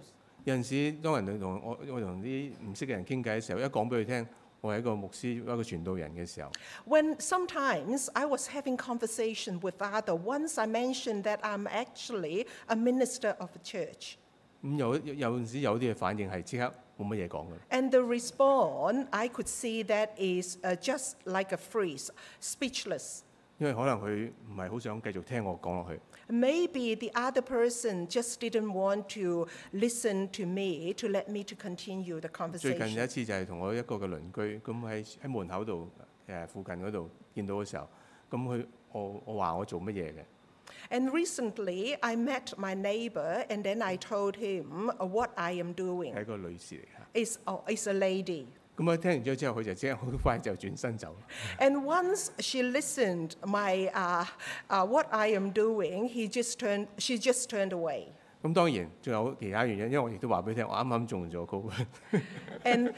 有陣時當人哋同我我同啲唔識嘅人傾偈嘅時候，一講俾佢聽，我係一個牧師一個傳道人嘅時候，
When sometimes I was having conversation with other, once I mentioned that I'm actually a minister of a church.
咁有有陣時有啲嘅反應係即刻冇乜嘢講嘅，
And the response, I could see that is uh, just like a freeze, speechless.
因為可能佢唔係好想繼續聽我講落去。
Maybe the other person just didn't want to listen to me to let me to continue the
最近有一
conversation.
次就係同我一個嘅鄰居，咁喺喺門口度誒、附近嗰度見到嘅時候，咁佢我我話我做乜嘢嘅，
And recently, I met my neighbor, and then I told him uh, what I am
係
doing.
一個女士嚟嘅。
It's, oh, it's a lady.
咁啊，聽完咗之後，佢就即刻好快就轉身走。
And once she listened my uh, uh, what I am doing, he just turned, she just turned away.
咁當然仲有其他原因，因為我亦都話俾你聽，我啱啱中咗高。
and,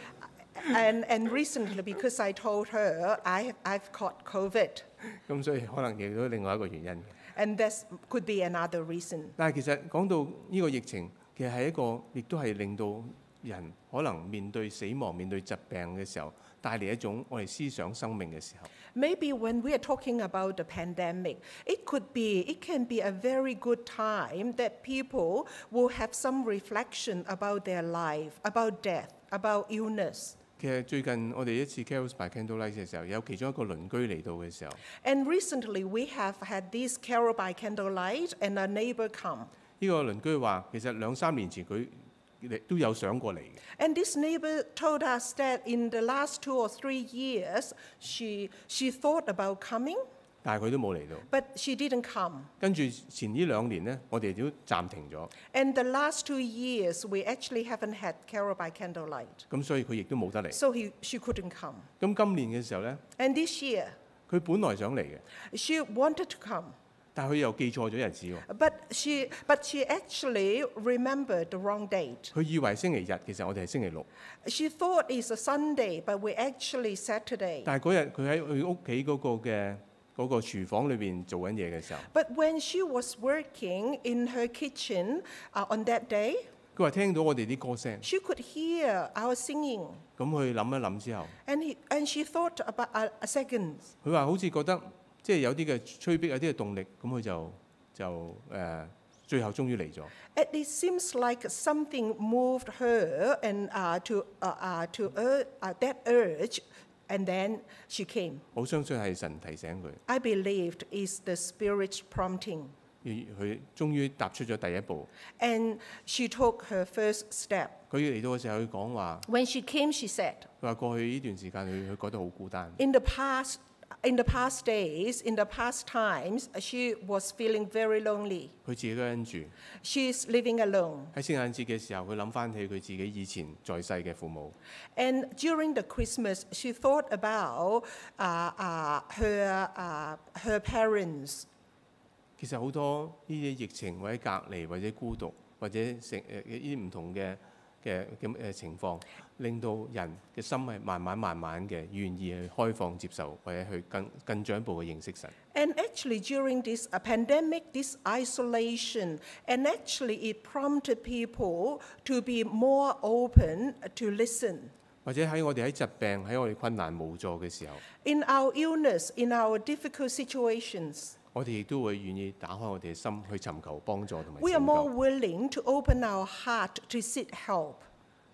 and, and recently, because I told her I, I've caught COVID,
咁所以可能亦都另外一個原因嘅。
and that could be another reason.
但係其實講到呢個疫情，其實係一個亦都係令到人可能面對死亡、面對疾病嘅時候，帶嚟一種我哋思想生命嘅時候。
Maybe when we are talking about the pandemic, it could be, it can be a very good time that people will have some reflection about their life, about death, about illness.
其實最近我哋一次 Carols by Candlelight 嘅時候，有其中一個鄰居嚟到嘅時候，
And recently we have had this carol by candlelight and a neighbor come.
呢、個鄰居話其實兩三年前佢嚟都有想過嚟嘅，
And this neighbor told us that in the last two or three years, she, she thought about coming,
但係佢都冇嚟到。
but she didn't come.
跟住前呢兩年呢，我哋都暫停咗，
And the last two years, we actually haven't had carol by candlelight.
咁所以佢亦都冇得嚟。
So he, she couldn't come.
咁今年嘅時候呢，
And this year,
佢本來想嚟嘅，
she wanted to come,
但係佢又記錯咗日子喎。
but she, but she actually remembered the wrong date.
佢以為星期日，其實我哋係星期六，
She thought it's a Sunday, but we actually Saturday.
但係嗰日佢喺佢屋企嗰個嘅嗰、個廚房裏邊做緊嘢嘅時候，
But when she was working in her kitchen uh, on that day,
佢話聽到我哋啲歌聲，
she could hear our singing.
咁佢諗一諗之後，
And, he, and she thought about uh, a, a second.
佢話好似覺得即係有啲嘅催逼，有啲嘅動力，咁佢就就誒、呃最後終於嚟咗。
And it seems like something moved her and uh, to, uh, uh, to ur- uh, that urge, and then she came.
我相信係神提醒佢，
I believed is the spirit prompting.
而佢終於踏出咗第一步。
And she took her first step.
佢嚟到嘅時候，佢講話，
When she came, she said,
佢話過去呢段時間，佢佢覺得好孤單，
in the past, in the past days, in the past times, she was feeling very lonely.
佢自己一個人住。
She's living alone.
喺聖誕節嘅時候，佢諗翻起佢自己以前在世嘅父母，
And during the Christmas, she thought about uh, uh, her, uh, her parents.
其實好多呢啲疫情或者隔離或者孤獨或者成誒呢啲唔同嘅嘅咁誒情況，令到人嘅心係慢慢慢慢嘅願意去開放接受或者去更更進一步嘅認識神。
And actually, during this uh, pandemic, this isolation, and actually, it prompted people to be more open to listen.
或者喺我哋喺疾病喺我哋困難無助嘅時候，
In our illness, in our difficult situations,
我哋亦都會願意打開我哋嘅心去尋求幫助同埋
we are
拯
more
救。
willing to open our heart to seek help.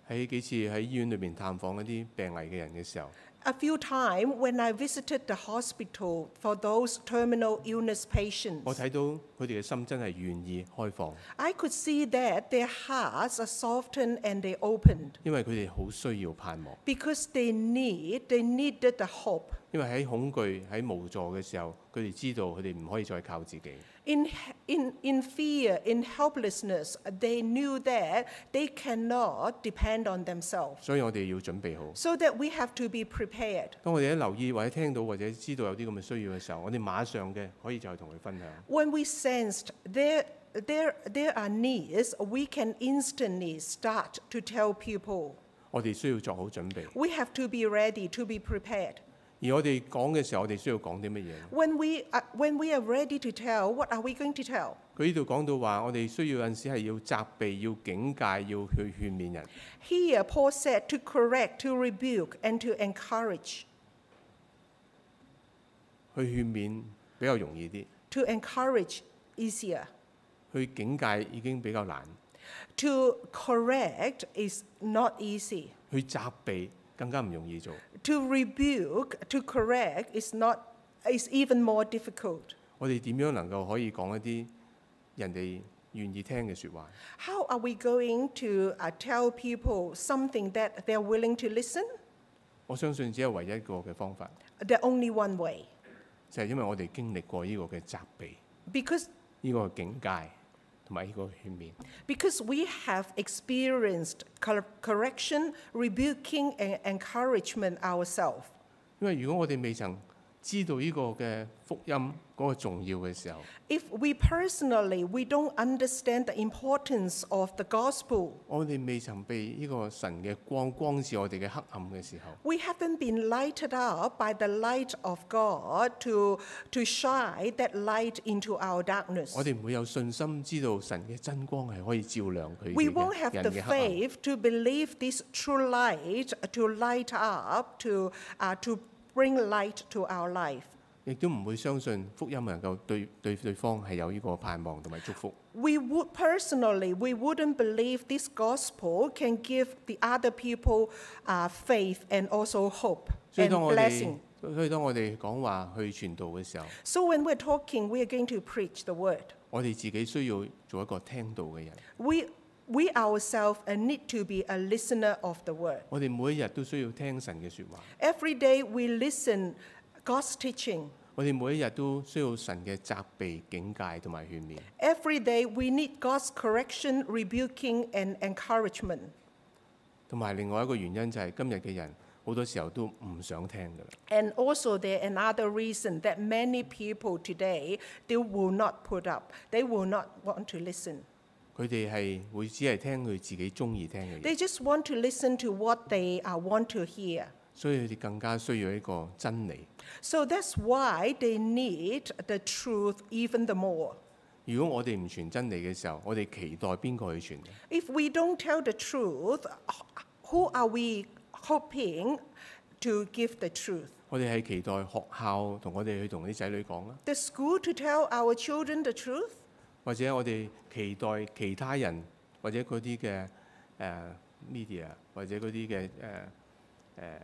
喺幾次喺醫院裏面探訪一啲病危嘅人嘅時候，
A few times when I visited the hospital for those terminal illness
我
patients,
睇到佢哋嘅心真係願意開放，
I could see that their hearts are softened and they opened
因為佢哋好需要盼望。
because they need they needed the hope.
因為喺恐懼、喺無助嘅時候，佢哋知道佢哋唔可以再靠自己，
In, in, in fear, in helplessness, they knew that they cannot depend on themselves.
所以我哋要準備好。
So that we have to be prepared.
當我哋一留意或者聽到或者知道有啲咁嘅需要嘅時候，我哋馬上嘅可以就係同佢分享。
When we sensed there, there, there are needs, we can instantly start to tell people.
我哋需要作好準備，
We have to be ready to be prepared.
而我哋講嘅時候，我哋需要講啲乜嘢？
When we, are, when we are ready to tell, what are we going to tell?
佢呢度講到話，我哋需要有陣時係要責備、要警戒、要去勸勉人。
Here, Paul said to correct, to rebuke, and to encourage.
去勸勉比較容易啲，
To encourage easier.
去警戒已經比較難，
To correct is not easy.
去責備更加唔容易做。
To rebuke, to correct is not is even more difficult.
我哋點樣能夠可以講一啲人哋願意聽嘅説話？
How are we going to uh, tell people something that they're willing to listen?
我相信只有唯一一個嘅方法，
The only one way.
就係、因為我哋經歷過呢個嘅責備、
Because
呢、個境界同埋呢個勸勉，
Because we have experienced cor- correction, rebuking, and encouragement ourselves.
因為如果我哋未曾知道呢個嘅福音嗰個重要嘅時候，
If we personally we don't understand the importance of the gospel,
我哋未曾被呢個神嘅光光照我哋嘅黑暗嘅時候，
we haven't been lighted up by the light of God to, to shine that light into our darkness.
我哋唔會有信心知道神嘅真光係可以照亮佢
We
哋
won't
嘅
have
人
the
嘅黑暗。
faith to believe this true light to light up, to, uh, to bring light to our life.
亦都唔會相信福音能夠對對對方係有呢個盼望同埋祝福。
We would personally, we wouldn't believe this gospel can give the other people uh, faith and also hope
所以
and
當我哋
blessing.
所以當我哋講話去傳道嘅時候，
So when we're talking, we are going to preach the word.
我哋自己需要做一個聽道嘅人。
We, we ourselves uh, need to be a listener of the word.
我哋每一日都需要聽神嘅説話，
Every day we listen God's teaching.
我哋每一日都需要神嘅責備、警戒同埋勸勉。
Every day we need God's correction, rebuking, and encouragement.
同埋另外一個原因就係今日嘅人好多時候都唔想聽㗎啦。
And also there another reason that many people today they will not put up. They will not want to listen.
佢哋係會只係聽佢自己中意聽嘅嘢，
They just want to listen to what they uh, want to hear.
所以佢哋更加需要一個真理。
So that's why they need the truth even the more.
如果我哋唔傳真理嘅時候，我哋期待邊個去傳呢？
If we don't tell the truth, who are we hoping to give the truth?
我哋係期待學校同我哋去同啲仔女講啊啦，
The school to tell our children the truth?
或者我哋期待其他人或者嗰啲嘅誒 media 或者嗰啲嘅誒誒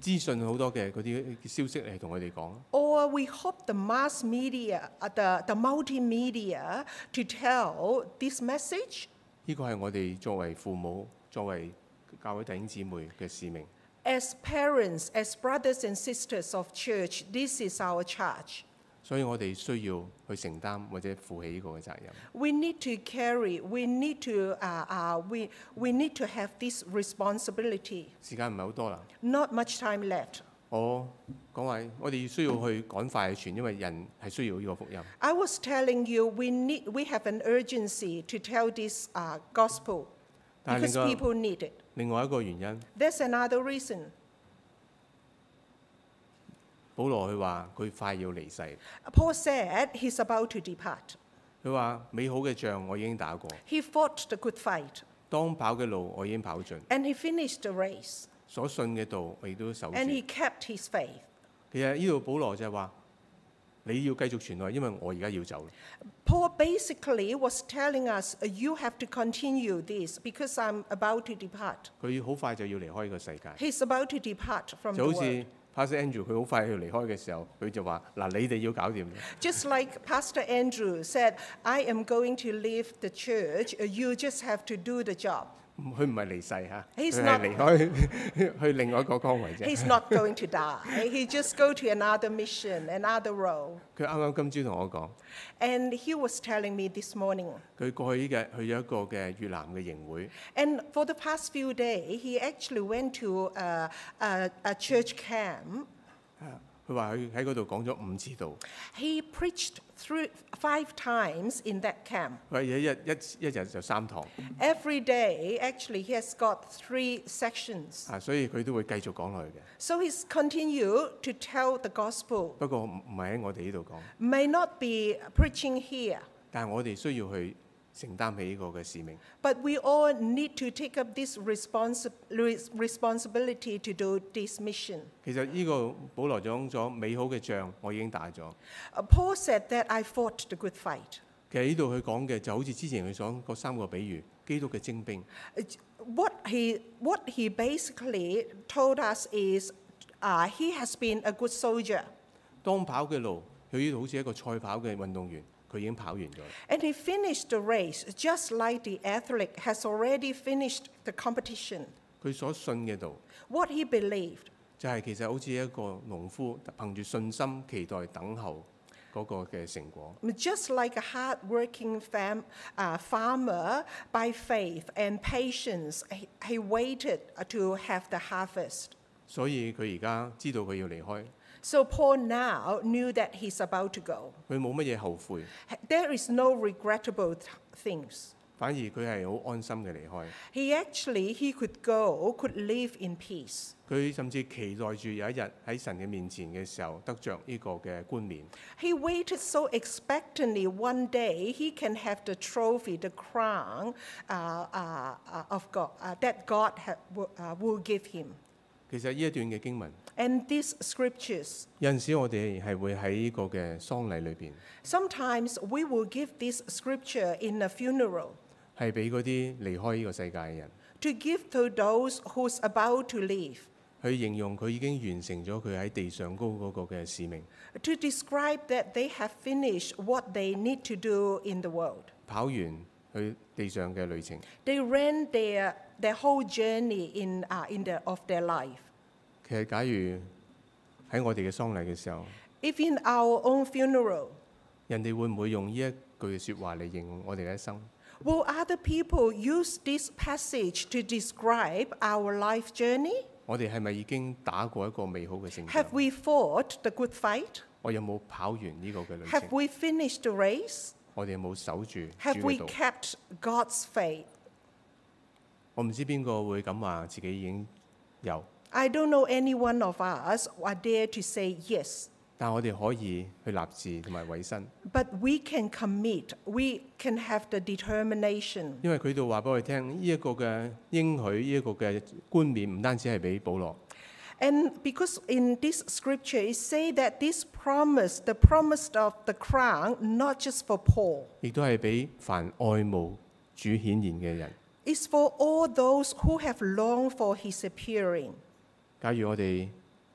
資訊好多嘅嗰啲消息嚟同佢哋講啦。
Or we hope the mass media, uh, the, the multimedia, to tell this message.
呢個係我哋作為父母、作為教會弟兄姊妹嘅使命。
As parents, as brothers and sisters of church, this is our charge.
所以我哋需要去承擔或者負起呢個嘅責任。
We need to carry, we need to, uh, uh, we, we need to have this responsibility.
時間唔係好多啦，
Not much time left.
我講話我哋需要去趕快去傳，因為人係需要呢個福音。
I was telling you, we, need, we have an urgency to tell this uh, gospel
但係
because
另外
people need it.
另外一個原因，
That's another reason.
保羅佢話佢快要離世，
Paul said he's about to depart.
佢話美好嘅仗我已經打過，
He fought the good fight
當跑嘅路我已經跑盡，
and he finished the race
所信嘅道我亦都守住。
and he kept his faith.
其實呢度保羅就係話你要繼續傳落去，因為我而家要走啦。
Paul basically was telling us, uh, You have to continue this because I'm about to depart.
佢好快就要離開呢個世界。
He's about to depart from
就
the
好
world.
似 Pastor Andrew 佢好快要離開嘅時候，佢就話：嗱，你哋要搞掂。
Just like Pastor Andrew said, I am going to leave the church. Uh, You just have to do the job.
佢唔係離世嚇，佢
He's
係離開 去另外一個崗位啫。
He's not going to die. He just go to another mission, another role.
佢啱啱今朝同我講，
And he was telling me this morning.
佢過去嘅去咗一個嘅越南嘅營會，
And for the past few days, he actually went to a, a, a church camp.
佢話佢喺嗰度講咗五次道，佢
He preached three, five times in that camp.
話一日一一日就三堂
Every day, actually, he has got three sections.
啊，所以佢都會繼續講落去嘅。
So he's continued to tell the gospel.
不過唔唔係喺我哋呢度講，
May not be preaching here,
但係我哋需要去承擔起呢個嘅使命。
but we all need to take up this responsi- res- responsibility to do this mission.
其實呢個保羅講咗美好嘅仗，我已經打咗。
Uh, Paul said that I fought the good fight.
其實呢度佢講嘅就好似之前佢講嗰三個比喻，基督嘅精兵。
It's- What he, what he basically told us is uh, he has been a good soldier
當跑嘅路，佢好似一個賽跑嘅運動員，佢已經跑完咗啦。
and he finished the race just like the athlete has already finished the competition.
佢所信嘅道，
What he believed,
就係、其實好似一個農夫憑住信心期待等候嗰個嘅成果。
just like a hardworking fam, uh, farmer by faith and patience, he, uh, he waited to have the harvest.
所以佢而家知道佢要離開，
So Paul now knew that he's about to go.
佢冇乜嘢後悔，
There is no regrettable th- things.
反而佢係好安心嘅離開。
He actually he could go, could live in peace.
佢甚至期待住有一日喺神嘅面前嘅時候得着呢個嘅冠冕。
He waited so expectantly one day he can have the trophy, the crown uh, uh, uh, of God uh, that God ha- wo- uh, will give him.
其實呢一段嘅經文，
And these scriptures,
有陣時我哋係會喺呢個嘅喪禮裏邊，
sometimes we will give this scripture in a funeral
係俾嗰啲離開呢個世界嘅人，
to give to those who's about to leave,
去形容佢已經完成咗佢喺地上高嗰個嘅使命，
to describe that they have finished what they need to do in the world.
跑完佢地上嘅旅程。
They ran their, their whole journey in, uh, in their, of their life.
其實假如喺我哋嘅喪禮嘅時候，
If in our own funeral,
人哋會唔會用呢一句説話嚟形容我哋嘅一生？
will other people use this passage to describe our life journey?
我哋係咪已經打過一個美好嘅勝仗
Have？we fought the good fight?
我有冇跑完呢個嘅旅
Have
程？
we finished the race?
我哋有冇守住主
Have we
嘅道？
kept God's faith?
我唔知邊個會咁話自己已經有，
I don't know any one of us are dare to say yes,
但我哋可以去立志同埋委身，
but we can commit. We can have the determination.
因為佢度話俾我哋聽，呢、一個嘅應許，呢、一個嘅冠冕唔單止係俾保羅，
And because in this scripture it say that this promise, the promise of the crown, not just for Paul,
亦都係俾凡愛慕主顯現嘅人。
is for all those who have longed for his appearing.
假如我哋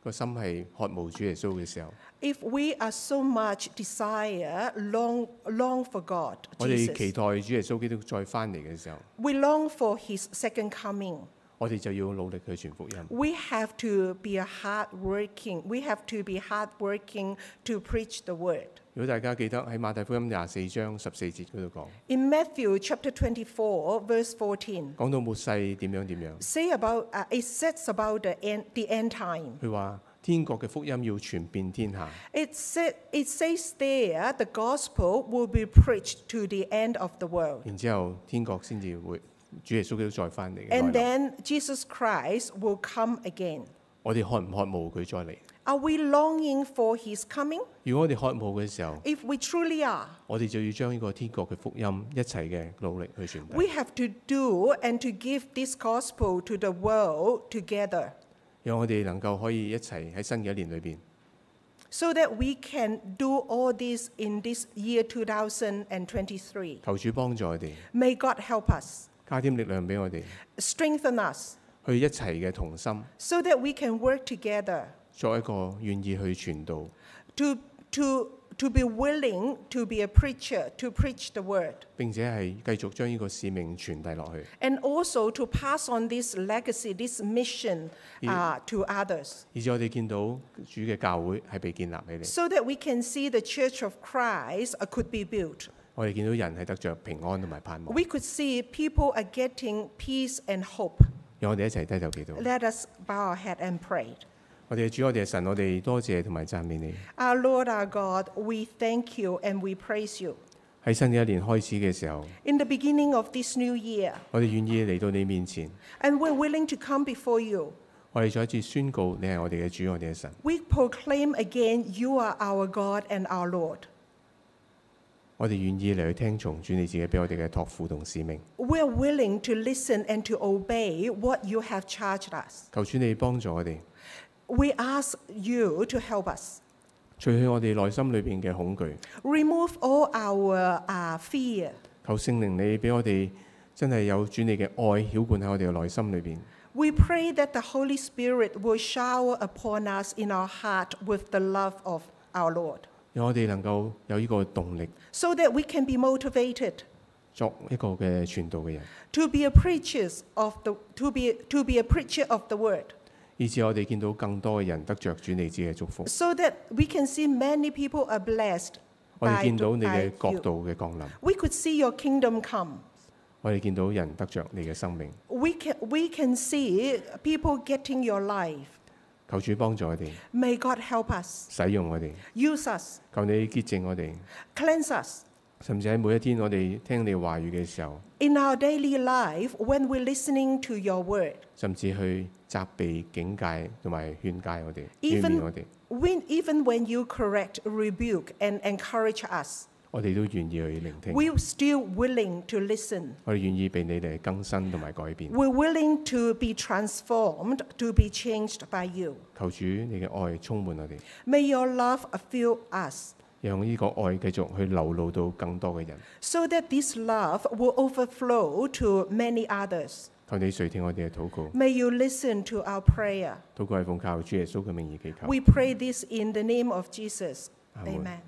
個心係渴慕主耶穌嘅時候，
If we are so much desire, long, long for God,
我哋期
Jesus,
待主耶穌基督再翻嚟嘅時候，
we long for his second coming.
我哋就要努力去傳福音。
We have to be a hard working. We have to be hard working to preach the word.
如果大家記得喺馬太福音廿四章十四節嗰度
In Matthew chapter 24, verse 14,
講，講到末世點樣點樣，
say about uh, it says about the end, the end time.
佢話天國嘅福音要傳遍天下，
It said it says there the gospel will be preached to the end of the world.
然之後天國先至會主耶穌基督再翻嚟。來
And
臨
then Jesus Christ will come again.
我哋渴唔渴慕佢再嚟？
Are we longing for his coming?
如果我哋渴慕嘅時候，
If we truly are,
我哋就要將呢個天國嘅福音一齊嘅努力去傳遞。
we have to do and to give this gospel to the world together
讓我哋能夠可以一齊喺新嘅一年裏邊，
so that we can do all this in this year 2023.
求主幫助我哋，
May God help us,
加添力量俾我哋，
strengthen us,
去一齊嘅同心，
so that we can work together
作一個願意去傳道、
to, to, to be willing to be a preacher, to preach the word,
並且係繼續將呢個使命傳遞落去。
and also to pass on this legacy, this mission uh, to others.
而且我哋見到主嘅教會係被建立起嚟，
so that we can see the church of Christ uh, could be built.
我哋見到人係得着平安同埋盼望。
We could see people are getting peace and hope.
讓我哋一齊低頭祈禱。
Let us bow our head and pray.
我哋嘅主，我哋嘅神，我哋多謝同埋讚美你。
Our Lord, our God, we thank you and we praise you.
喺新嘅一年開始嘅時候，
In the beginning of this new year,
我哋願意嚟到你面前，
and we're willing to come before you,
我哋再一次宣告你係我哋嘅主，我哋嘅神。
we proclaim again, You are our God and our Lord.
我哋願意嚟去聽從主你自己俾我哋嘅託付同使命。
We're willing to listen and to obey what you have charged us.
求主你幫助我哋，
We ask you to help us.
除去我哋內心裏邊嘅恐懼。
Remove all our uh, fear.
求聖靈你俾我哋真係有主你嘅愛曉灌喺我哋嘅內心裏邊。
We pray that the Holy Spirit will shower upon us in our heart with the love of our Lord,
讓我哋能夠有呢個動力，
so that we can be motivated
作一個嘅傳道嘅人，
to be a preachers of the to be to be a preacher of the word,
以致我哋見到更多嘅人得着主你自己嘅祝福。
so that we can see many people are blessed
我哋
by,
見到你
by
嘅國
you.
度嘅降臨，
We could see your kingdom come.
我哋見到人得着你嘅生命。
We can we can see people getting your life.
求主幫助我哋，
May God help us,
使用我哋，
use us,
求你潔淨我哋，
cleanse us.
甚至喺每一天我哋聽你話語嘅時候，
In our daily life, when we're listening to your word,
甚至去責備、警戒同埋勸戒我哋，勸
Even-
勉我哋，
when, even when you correct, rebuke, and encourage us,
我哋都願意去聆聽，
we're still willing to listen.
我哋願意被你哋更新同埋改變。
We're willing to be transformed, to be changed by you.
求主你嘅愛充滿我哋，
May your love fill us
讓呢個愛繼續去流露到更多嘅人。
so that this love will overflow to many others.
求你垂聽我哋嘅禱告，
May you listen to our prayer.
禱告係奉靠主耶穌嘅名義祈求。
We pray this in the name of Jesus.
Amen.
Amen.